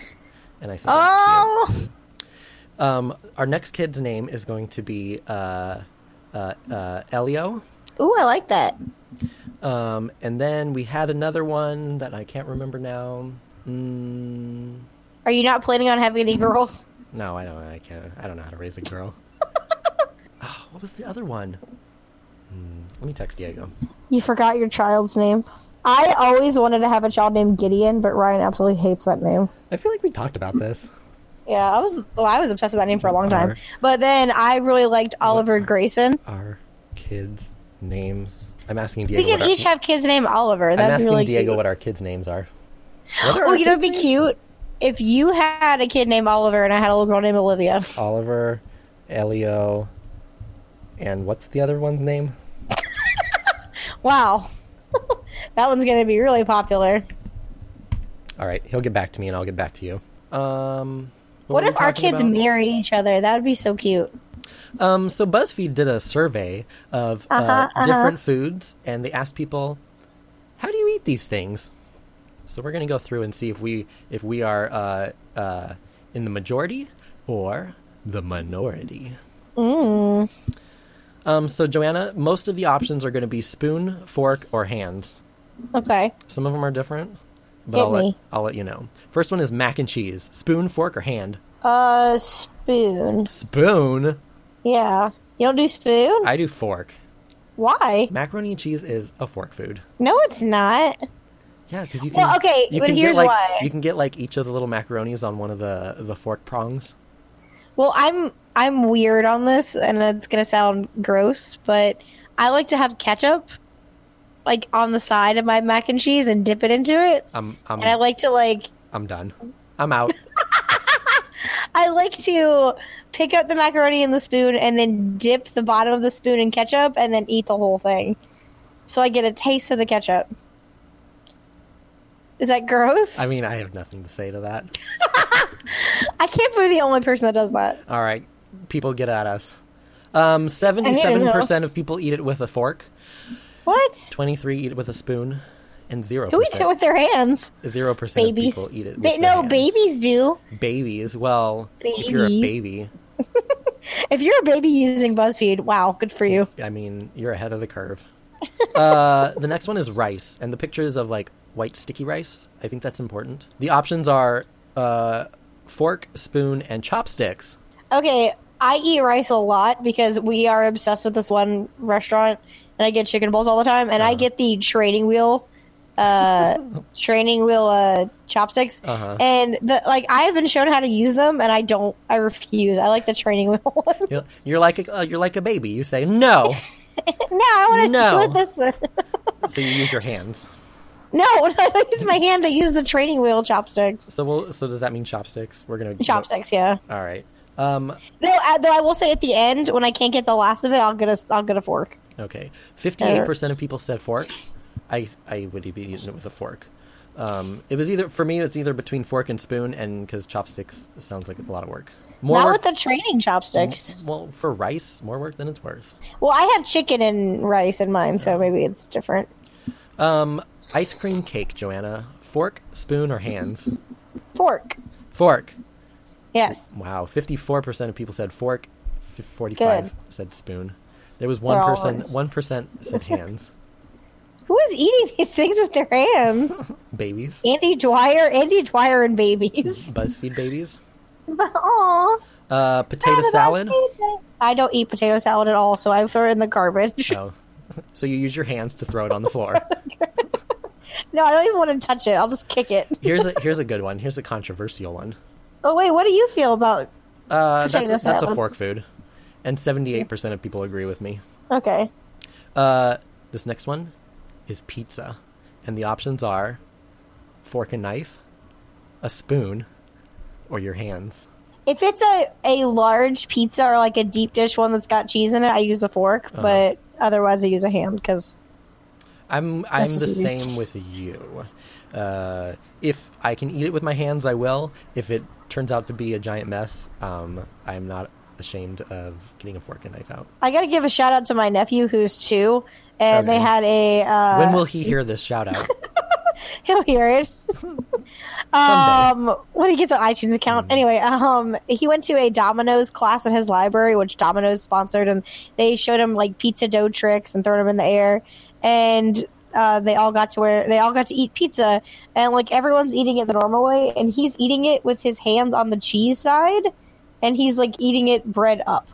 B: and I think that's
A: oh.
B: cute. Um, our next kid's name is going to be uh, uh, uh, Elio,
A: Oh, Ooh, I like that.
B: um, and then we had another one that I can't remember now. Mm,
A: Are you not planning on having any girls?
B: Ah, No, I don't. I can't. I don't know how to raise a girl. oh, what was the other one? Let me text Diego.
C: You forgot your child's name. I always wanted to have a child named Gideon, but Ryan absolutely hates that name.
B: I feel like we talked about this.
A: Yeah, I was well, I was obsessed with that name for a long time.
B: Alright.
A: But then I really liked Oliver Grayson.
B: Our kids' names. I'm asking Diego.
A: We could
B: what
A: each
B: our,
A: have kids named Oliver.
B: I'm
A: That'd be
B: asking
A: really
B: Diego
A: cute.
B: what our kids' names are.
A: Oh, you know, it'd be cute if you had a kid named Oliver and I had a little girl named Olivia.
B: Oliver, Elio, and what's the other one's name?
A: Wow, that one's gonna be really popular.
B: All right, he'll get back to me, and I'll get back to you. Um,
A: What,
B: were
A: if
B: we
A: our
B: talking
A: kids
B: about?
A: married each other? That would be so cute.
B: Um, so BuzzFeed did a survey of uh
C: Uh-huh, uh-huh.
B: different foods, and they asked people, "How do you eat these things?" So we're gonna go through and see if we if we are uh, uh, in the majority or the minority.
C: Mm.
B: Um, so Joanna, most of the options are going to be spoon, fork, or hands.
A: Okay.
B: Some of them are different, but
C: Hit
B: I'll, Let,
C: me.
B: I'll let you know. First one is mac and cheese: spoon, fork, or hand.
A: Uh, spoon.
B: Spoon.
A: Yeah. You don't do spoon?
B: I do fork.
A: Why?
B: Macaroni and cheese is a fork food.
A: No, it's not.
B: Yeah, because you can.
A: Well, okay,
B: you
A: but
B: can
A: here's
B: get, like,
A: why.
B: You can get like each of the little macaronis on one of the the fork prongs.
A: Well, I'm I'm weird on this, and it's gonna sound gross, but I like to have ketchup, like on the side of my mac and cheese, and dip it into it.
B: I'm I'm
A: And I like to like
B: I'm done. I'm out.
A: I like to pick up the macaroni and the spoon, and then dip the bottom of the spoon in ketchup, and then eat the whole thing. So I get a taste of the ketchup. Is that gross?
B: I mean, I have nothing to say to that.
A: I can't believe the only person that does that.
B: All right, people get at us. Um, seventy-seven percent of people eat it with a fork.
A: What?
B: Twenty-three eat it with a spoon, and zero.
A: Who eats it with their hands?
B: Zero percent of
A: Babies.
B: people eat it. With
A: Ba-
B: their
A: no,
B: hands.
A: babies do.
B: Babies. Well, if you're a
A: Babies.
B: baby,
A: If you're a baby using BuzzFeed, wow, good for you.
B: I mean, you're ahead of the curve. uh, the next one is rice, and the pictures of like white sticky rice. I think that's important. The options are uh, fork, spoon, and chopsticks.
A: Okay, I eat rice a lot because we are obsessed with this one restaurant, and I get chicken bowls all the time, and
B: Uh-huh.
A: I get the training wheel, uh, training wheel uh, chopsticks,
B: Uh-huh.
A: and the like. I have been shown how to use them, and I don't. I refuse. I like the training wheel. one.
B: You're, you're like a, uh, you're like a baby. You say no,
A: no, I want to
B: No.
A: do this. one.
B: so you use your hands.
A: no, I don't use my hand. I use the training wheel chopsticks.
B: So we'll, so does that mean chopsticks? We're gonna
A: Chopsticks, yeah.
B: All right. Um,
A: Though, I- though I will say at the end when I can't get the last of it, I'll get a I'll get a fork.
B: Okay, fifty-eight percent of people said fork. I I would be eating it with a fork. Um, it was either for me. It's either between fork and spoon, and because chopsticks sounds like a lot of work. More
A: Not
B: work, Mm-hmm.
A: with the training chopsticks.
B: well for rice, more work than it's worth.
A: Well, I have chicken and rice in mine, so maybe it's different.
B: Um, ice cream cake, Joanna. Fork, spoon, or hands?
A: Fork.
B: Fork.
A: Yes.
B: Wow, fifty-four percent of people said fork. f- Forty-five said spoon. There was one
A: all
B: person.
A: right.
B: One percent said hands.
A: Who is eating these things with their hands?
B: Babies.
A: Andy Dwyer, Andy Dwyer, and babies.
B: Buzzfeed babies.
A: Aw.
B: Uh, potato salad.
A: I don't eat potato salad at all, so I throw it in the garbage.
B: Oh. So you use your hands to throw it on the floor.
A: No, I don't even want to touch it. I'll just kick it.
B: Here's a here's a good one. Here's a controversial one.
A: Oh wait, what do you feel about?
B: Uh, that's
A: Potato
B: a, that's a
A: salad.
B: fork food, and seventy eight percent of people agree with me.
A: Okay.
B: Uh, this next one is pizza, and the options are fork and knife, a spoon, or your hands.
A: If it's a, a large pizza or like a deep dish one that's got cheese in it, I use a fork,
B: Uh-huh.
A: but otherwise I use a hand because
B: I'm I'm
A: That's
B: the
A: easy.
B: same with you. Uh, if I can eat it with my hands, I will. If it turns out to be a giant mess, um, I'm not ashamed of getting a fork and knife out.
A: I got to give a shout out to my nephew who's two, and
B: Okay.
A: they had a. Uh,
B: when will he hear this shout out?
A: he'll hear it? um, when he gets an iTunes
B: Mm.
A: account. Anyway, um, he went to a Domino's class in his library, which Domino's sponsored, and they showed him like pizza dough tricks and throwing them in the air, and. Uh, they all got to where they all got to eat pizza, and like everyone's eating it the normal way, and he's eating it with his hands on the cheese side, and he's like eating it bread up.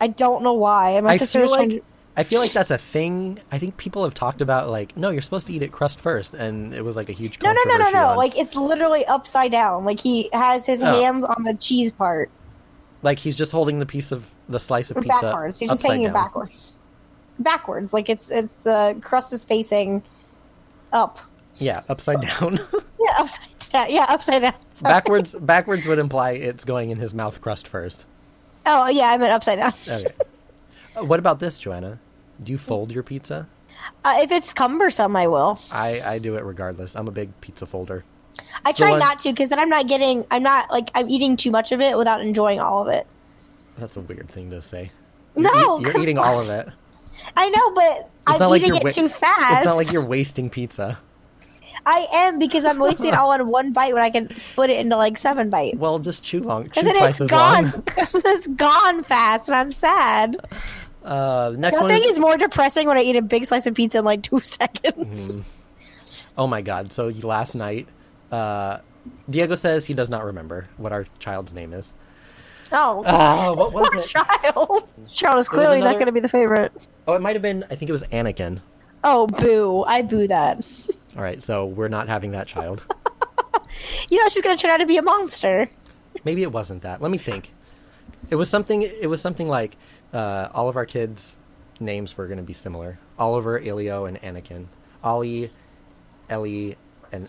A: I don't know why. And my
B: I
A: sister
B: feel
A: was trying
B: like
A: to-
B: I feel like that's a thing. I think people have talked about like, no, you're supposed to eat it crust first, and it was like a huge
A: No, no, no, no, no.
B: controversy on-
A: Like it's literally upside down. Like he has his
B: Oh.
A: hands on the cheese part
B: like he's just holding the piece of the slice of
A: or
B: pizza
A: backwards. He's just
B: upside
A: hanging it
B: down.
A: backwards. Backwards. Like it's it's the crust is facing up.
B: Yeah, upside down.
A: Yeah, upside down. Yeah, upside down. Sorry.
B: backwards. Backwards would imply it's going in his mouth crust first.
A: Oh yeah, I meant upside down.
B: Okay. Uh, what about this, Joanna? Do you fold your pizza?
A: Uh, if it's cumbersome, I will.
B: I I do it regardless. I'm a big pizza folder.
A: I
B: It's the
A: try
B: one-
A: not to because then I'm not getting. I'm not like I'm eating too much of it without enjoying all of it.
B: That's a weird thing to say.
A: No,
B: you you're
A: 'cause-
B: eating all of it.
A: I know, but
B: It's
A: I'm
B: not like
A: eating
B: you're
A: it
B: wa-
A: too fast.
B: It's not like you're wasting pizza.
A: I am because I'm wasting it all on one bite when I can split it into like seven bites.
B: Well, just chew long, chew
A: Because then it's
B: twice as
A: gone.
B: long.
A: 'Cause it's gone fast, and I'm sad.
B: Uh, the next one
A: Nothing
B: is,
A: is more depressing when I eat a big slice of pizza in like two seconds.
B: Oh my god! So last night, uh, Diego says he does not remember what our child's name is.
A: Oh,
B: Uh, what was
A: poor
B: it?
A: child. This child is clearly
B: another-
A: not going to be the favorite.
B: Oh, it might have been. I think it was Anakin.
A: Oh, boo! I boo that.
B: All right, so we're not having that child.
A: You know she's going to turn out to be a monster.
B: Mm. Maybe it wasn't that. Let me think. It was something. It was something like uh, all of our kids' names were going to be similar: Oliver, Ilio, and Anakin. Ollie, Ellie, and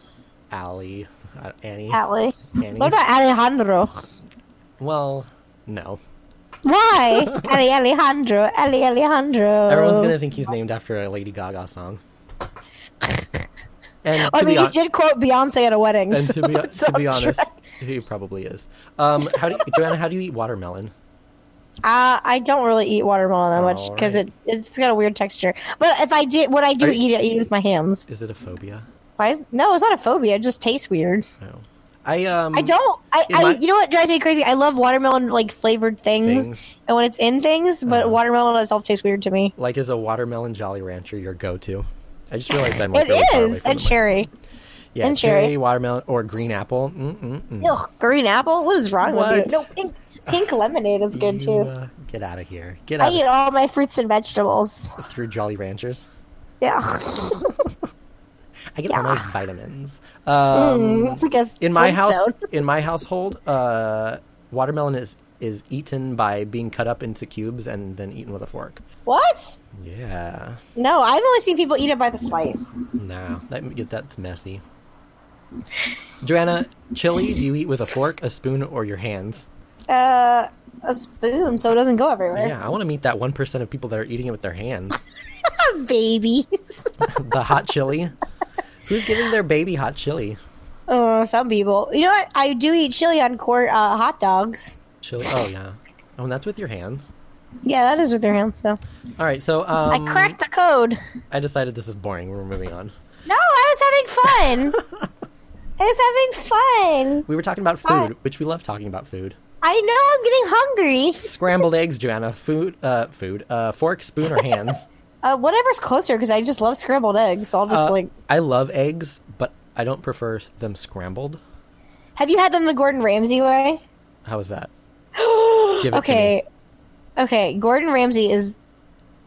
B: Allie, uh, Annie.
A: Allie.
B: Annie.
A: What about Alejandro?
B: Well, no.
A: Why? Ali Alejandro. Ali Alejandro.
B: Everyone's gonna think he's named after a Lady Gaga song. And to
A: I
B: be
A: mean,
B: hon-
A: you did quote Beyonce at a wedding.
B: and
A: so
B: to be,
A: it's
B: to be
A: on
B: honest,
A: track.
B: he probably is. Um, how do you, Joanna? How do you eat watermelon?
A: Uh, I don't really eat watermelon that much
B: All
A: because
B: Oh, right.
A: it it's got a weird texture. But if I did, when I do
B: Are you-
A: eat it, I eat it with my hands.
B: Is it a phobia?
A: Why? Is, no, it's not a phobia. It just tastes weird.
B: No. I um.
A: I don't. I,
B: in
A: I
B: my-
A: you know what drives me crazy? I love watermelon like flavored things,
B: Things
A: and when it's in things, but
B: Uh-huh.
A: watermelon itself tastes weird to me.
B: like is a watermelon Jolly Rancher your go-to? I just realized I'm like
A: It is
B: really far away from
A: and
B: the mic.
A: cherry.
B: Yeah,
A: and
B: cherry,
A: cherry.
B: watermelon, or green apple. Mm-mm-mm.
A: Ugh, green apple. What is wrong
B: Hmm. What?
A: with you? No, pink, pink lemonade is good
B: You,
A: too.
B: uh, get out of here. Get
A: I
B: out
A: eat
B: of
A: all my fruits and vegetables.
B: through Jolly Ranchers.
A: Yeah,
B: I get all my vitamins. Um,
A: it's like a
B: in my house
A: Flintstone.
B: in my household uh watermelon is is eaten by being cut up into cubes and then eaten with a fork
A: What?
B: yeah
A: No, I've only seen people eat it by the slice.
B: no that get that's messy joanna chili do you eat with a fork a spoon or your hands
A: Uh, a spoon, so it doesn't go everywhere.
B: yeah i want to meet that 1% of people that are eating it with their hands
A: Babies.
B: the hot chili who's giving their baby hot chili
A: Oh, some people. You know what? I do eat chili on court uh, hot dogs.
B: chili oh yeah oh and that's with your hands
A: Yeah, that is with their hands. So
B: all right so um,
A: I cracked the code.
B: I decided this is boring we're moving on
A: No, I was having fun. I was having fun.
B: we were talking about food which we love talking about food
A: I know I'm getting hungry.
B: scrambled eggs, Joanna. Food, uh, food, uh, fork, spoon, or hands.
A: Uh, whatever's closer, because I just love scrambled eggs. So I'll just
B: Uh,
A: like.
B: I love eggs, but I don't prefer them scrambled.
A: Have you had them the Gordon Ramsay way?
B: How is that? Give it
A: Okay. Okay, Gordon Ramsay is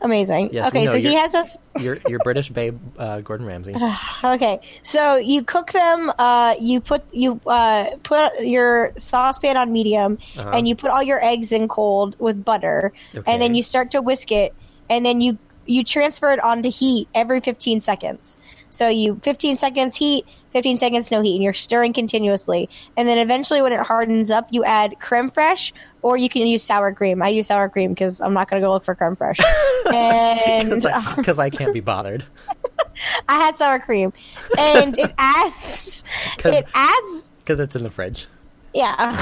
A: amazing.
B: Yes, we
A: okay,
B: know
A: so he
B: you're-
A: has a
B: to me. Your your British babe, uh, Gordon Ramsay.
A: Uh-huh. Okay, so you cook them. Uh, you put you uh, put your saucepan on medium,
B: Uh-huh.
A: and you put all your eggs in cold with butter, and
B: Okay.
A: then you start to whisk it, and then you you transfer it onto heat every 15 seconds. So you 15 seconds heat, 15 seconds no heat, and you're stirring continuously. And then eventually, when it hardens up, you add creme fraiche, or you can use sour cream. I use sour cream because I'm not gonna go look for creme fraiche. and
B: Because I can't be bothered.
A: I had sour cream, and it adds.
B: 'Cause-
A: It adds.
B: Because it's in the fridge.
A: Yeah.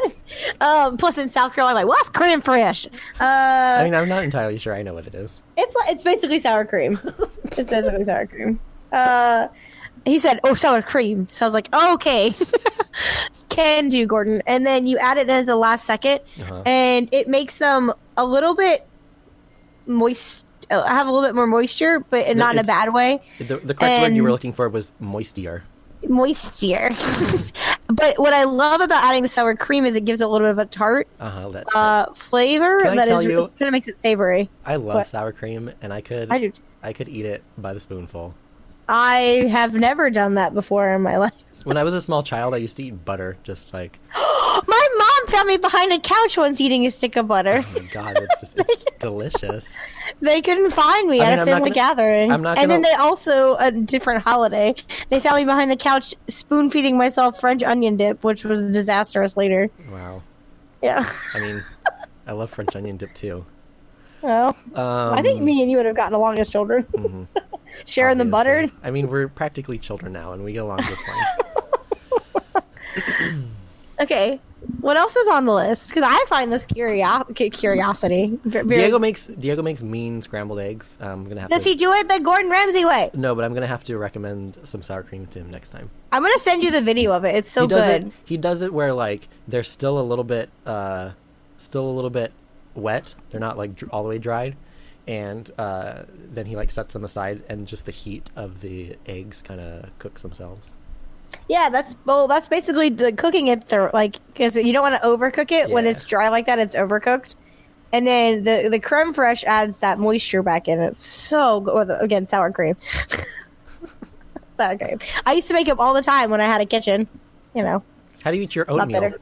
A: um, plus, in South Carolina, like, what's cream fresh?
B: I
A: Uh,
B: mean, I'm not entirely sure I know what it is.
A: it's like- it's basically sour cream. it's basically sour cream. Uh, he said, "Oh, sour cream." So I was like, "Okay, can do, Gordon." And then you add it in at the last 2nd
B: Uh-huh.
A: and it makes them a little bit moist. uh, Have a little bit more moisture, but not in a
B: it's-
A: bad way.
B: The, the correct word you were
A: And-
B: looking for was moistier.
A: moistier. but what I love about adding the sour cream is it gives it a little bit of a tart
B: Uh huh. That,
A: uh, flavor
B: Can I
A: that
B: tell
A: is
B: you-
A: really kind of makes it savory.
B: I love
A: what?
B: sour cream, and I could
A: I do.
B: I could eat it by the spoonful.
A: I have never done that before in my life.
B: When I was a small child, I used to eat butter, just like
A: My mom found me behind a couch once eating a stick of butter.
B: oh my god, it's just it's delicious.
A: They couldn't find me
B: I
A: at
B: mean, I'm
A: a
B: not
A: family
B: gonna-
A: gathering.
B: I'm not
A: and then
B: gonna-
A: they also a different holiday. They found me behind the couch spoon feeding myself French onion dip, which was disastrous later.
B: Wow.
A: Yeah.
B: I mean, I love French onion dip too.
A: Well,
B: Um,
A: I think me and you would have gotten along as children,
B: mhm,
A: sharing the butter.
B: obviously. I mean, we're practically children now, and we get along just fine.
A: Okay. What else is on the list? Because I find this curio- cu- curiosity. ver- very-
B: Diego makes Diego makes mean scrambled eggs. Um, I'm gonna have
A: Does
B: to.
A: he do it the Gordon Ramsay way?
B: No, but I'm gonna have to recommend some sour cream to him next time.
A: I'm gonna send you the video of it. It's so
B: he does
A: good.
B: it. He does it where like they're still a little bit, uh, still a little bit wet. They're not like dr- all the way dried, and uh, then he like sets them aside, and just the heat of the eggs kind of cooks themselves.
A: Yeah, that's well, that's basically the cooking it through, like because you don't want to overcook it when
B: Yeah.
A: it's dry like that. It's overcooked, and then the the creme fraiche adds that moisture back in. It's so good. With, again, sour cream. sour cream. I used to make them all the time when I had a kitchen. You know,
B: How do you eat your
A: Lot
B: oatmeal?
A: better.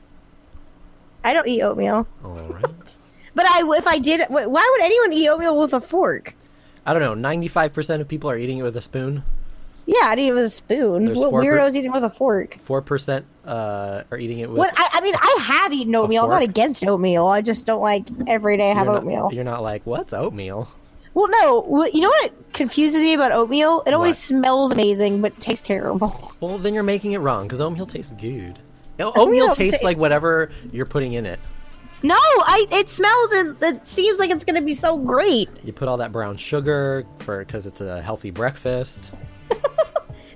A: I don't eat oatmeal,
B: All right.
A: but I if I did, wh- why would anyone eat oatmeal with a fork?
B: I don't know. Ninety-five percent of people are eating it with a spoon.
A: Yeah, I'd eat it with a spoon.
B: There's
A: what
B: four per-
A: weirdos eating with a fork?
B: Four percent uh, are eating it with.
A: What I, I mean, I have eaten oatmeal. I'm not
B: fork?
A: against oatmeal. I just don't like every day have
B: you're
A: oatmeal.
B: Not, you're not like what's oatmeal?
A: Well, no. Well, You know what confuses me about oatmeal? It always
B: What?
A: smells amazing, but tastes terrible.
B: Well, then you're making it wrong because oatmeal tastes good. O-
A: Oatmeal
B: Oatmeal tastes
A: ta-
B: like whatever you're putting in it.
A: No, I. It smells and it seems like it's gonna be so great.
B: You put all that brown sugar for because it's a healthy breakfast.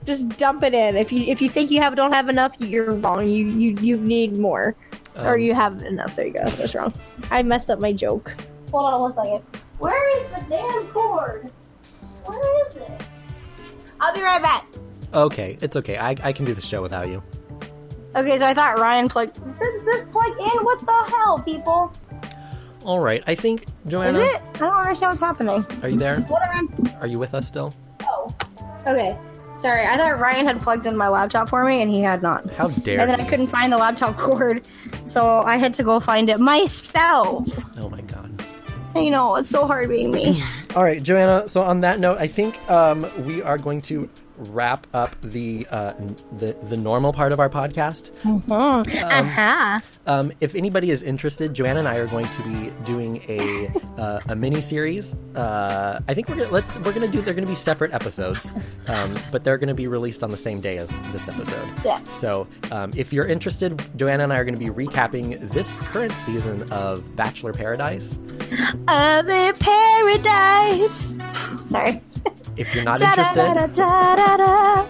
A: Just dump it in. If you if you think you have don't have enough, you're wrong. You you you need more, or
B: Um,
A: you have enough. There you go. That's wrong. I messed up my joke. Hold on one second. Where is the damn cord? Where is it? I'll be right back.
B: Okay, it's okay. I, I can do the show without you.
A: Okay, so I thought Ryan plugged this, this plug in. What the hell, people?
B: All right, I think
A: Is
B: Joanna,
A: it? I don't understand what's happening.
B: are you there?
A: What am I?
B: Are you with us still?
A: Oh. Okay. Sorry, I thought Ryan had plugged in my laptop for me, and he had not.
B: How dare
A: And then
B: you?
A: I couldn't find the laptop cord, so I had to go find it myself.
B: Oh my god.
A: You know, it's so hard being me.
B: All right, Joanna. So on that note, I think um, we are going to wrap up the uh, n- the the normal part of our podcast.
A: Mm.
B: Oh.
A: Aha.
B: Um, if anybody is interested, Joanna and I are going to be doing a uh, a mini series. Uh, I think we're gonna let's we're gonna do they're gonna be separate episodes, um, but they're gonna be released on the same day as this episode.
A: Yeah.
B: So um, if you're interested, Joanna and I are gonna be recapping this current season of Bachelor Paradise.
A: Other paradise. Sorry.
B: If you're not
A: Da,
B: interested,
A: da, da, da.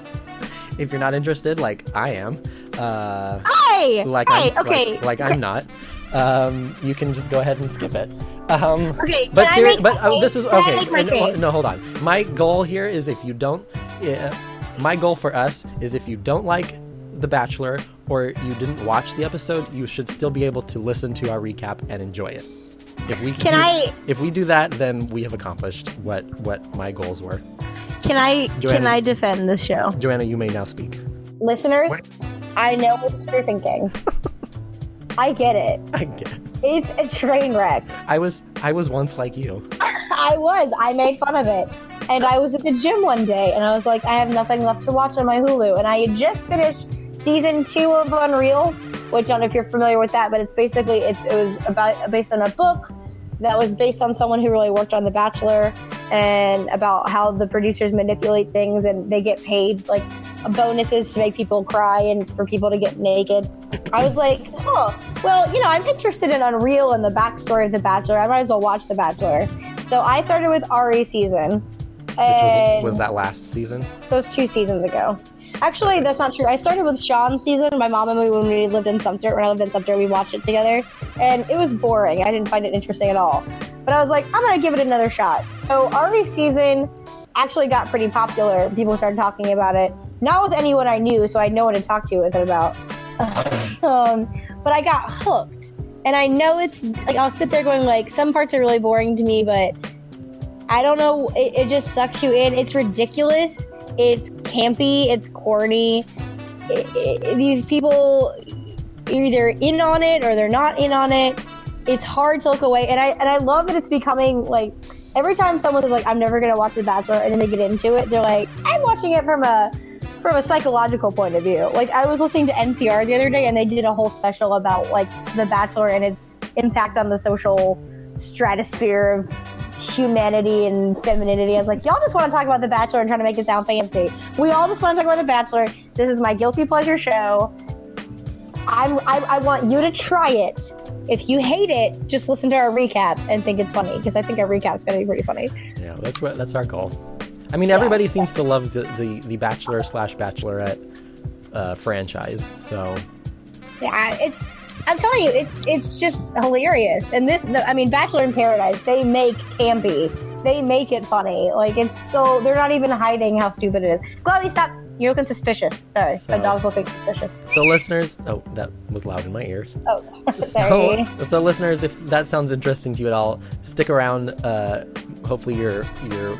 B: if you're not interested, like I am, uh,
A: Hey.
B: like
A: hey.
B: I'm,
A: okay.
B: like, like I'm not. Um, you can just go ahead and skip it. Um,
A: Okay,
B: but
A: can I
B: seri-
A: make
B: but
A: my
B: uh, this is
A: case? Can I
B: okay.
A: make my
B: and, uh,
A: case?
B: no, hold on. My goal here is if you don't, uh, my goal for us is if you don't like The Bachelor or you didn't watch the episode, you should still be able to listen to our recap and enjoy it. If we
A: Can
B: do,
A: I-
B: If we do that, then we have accomplished what what my goals were.
A: can I? Can
B: Joanna-
A: I defend this show?
B: Joanna, you may now speak.
C: Listeners,
D: What?
C: I know what you're thinking. I get it.
B: I get.
C: It's a train wreck.
B: I was I was once like you.
C: I was. I made fun of it. And I was at the gym one day and I was like, I have nothing left to watch on my Hulu. And I had just finished season two of Unreal, which I don't know if you're familiar with that, but it's basically it's, it was about based on a book that was based on someone who really worked on The Bachelor and about how the producers manipulate things and they get paid like bonuses to make people cry and for people to get naked. I was like, oh, well, you know, I'm interested in Unreal and the backstory of The Bachelor. I might as well watch The Bachelor. So I started with Ari season.
B: Which was,
C: And
B: was that last season?
C: those two seasons ago. Actually, that's not true. I started with Sean's season. My mom and me, when we lived in Sumter, when I lived in Sumter, we watched it together, and it was boring. I didn't find it interesting at all. But I was like, I'm gonna give it another shot. So Ari's season actually got pretty popular. People started talking about it, Not with anyone I knew, so I had no one to talk to with it about. um, but I got hooked, and I know it's like I'll sit there going like some parts are really boring to me, but I don't know. It, it just sucks you in. It's ridiculous. It's campy. It's corny. I- I- these people you're either in on it or they're not in on it. It's hard to look away, and I and I love that it's becoming like every time someone is like, "I'm never gonna watch The Bachelor," and then they get into it, they're like, "I'm watching it from a from a psychological point of view." Like I was listening to NPR the other day, and they did a whole special about like The Bachelor and its impact on the social stratosphere of humanity and femininity. I was like, y'all just want to talk about The Bachelor and trying to make it sound fancy. We all just want to talk about The Bachelor. This is my guilty pleasure show. I'm, I, I want you to try it. If you hate it, just listen to our recap and think it's funny because I think our recap's going to be pretty funny.
B: Yeah, that's what that's our goal. I mean, everybody seems to love the the, the Bachelor slash Bachelorette uh, franchise. So
C: Yeah, it's. I'm telling you, it's it's just hilarious. And this, I mean, Bachelor in Paradise, they make campy. They make it funny. Like it's so they're not even hiding how stupid it is. Chloe, stop. You're looking suspicious. Sorry,
B: So-
C: my dog was looking suspicious.
B: so listeners, oh that was loud in my ears.
C: Oh,
B: So,
C: sorry.
B: so listeners, if that sounds interesting to you at all, stick around. Uh, hopefully, your your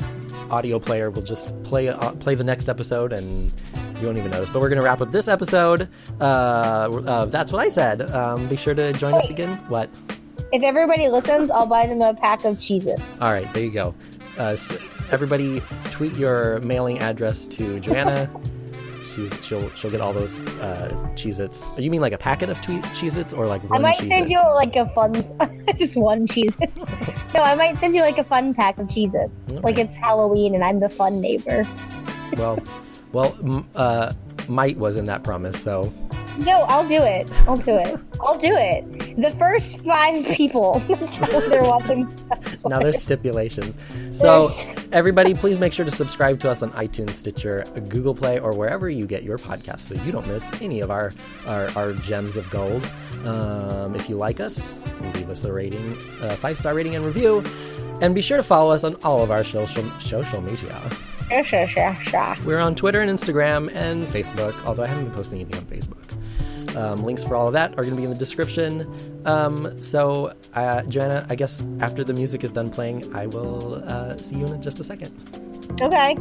B: audio player will just play uh, play the next episode, and you won't even notice. But we're gonna wrap up this episode. Uh, uh, that's what I said. Um, be sure to join us
C: Wait.
B: again. What?
C: If everybody listens, I'll buy them a pack of cheeses.
B: All right, there you go. Uh, s everybody, tweet your mailing address to Joanna. She's, she'll she'll get all those uh, Cheez-Its. You mean like a packet of tweet Cheez-Its or like
C: I
B: one
C: might
B: Cheez-It?
C: send you like a fun, just one cheese. no, I might send you like a fun pack of cheeses. Like
B: Alright.
C: it's Halloween and I'm the fun neighbor.
B: well, well, m- uh, might was in that promise. So
C: No, I'll do it. I'll do it. I'll do it. The first five people they're watching.
B: now there's stipulations. So
C: There's-
B: everybody, please make sure to subscribe to us on iTunes, Stitcher, Google Play, or wherever you get your podcast, so you don't miss any of our our, our gems of gold. Um, if you like us, leave us a rating, a five star rating and review, and be sure to follow us on all of our social social media.
C: Sure, sure, sure, sure.
B: We're on Twitter and Instagram and Facebook, although I haven't been posting anything on Facebook. Um, links for all of that are going to be in the description. Um, so, uh, Joanna, I guess after the music is done playing, I will uh, see you in just a second.
C: Okay.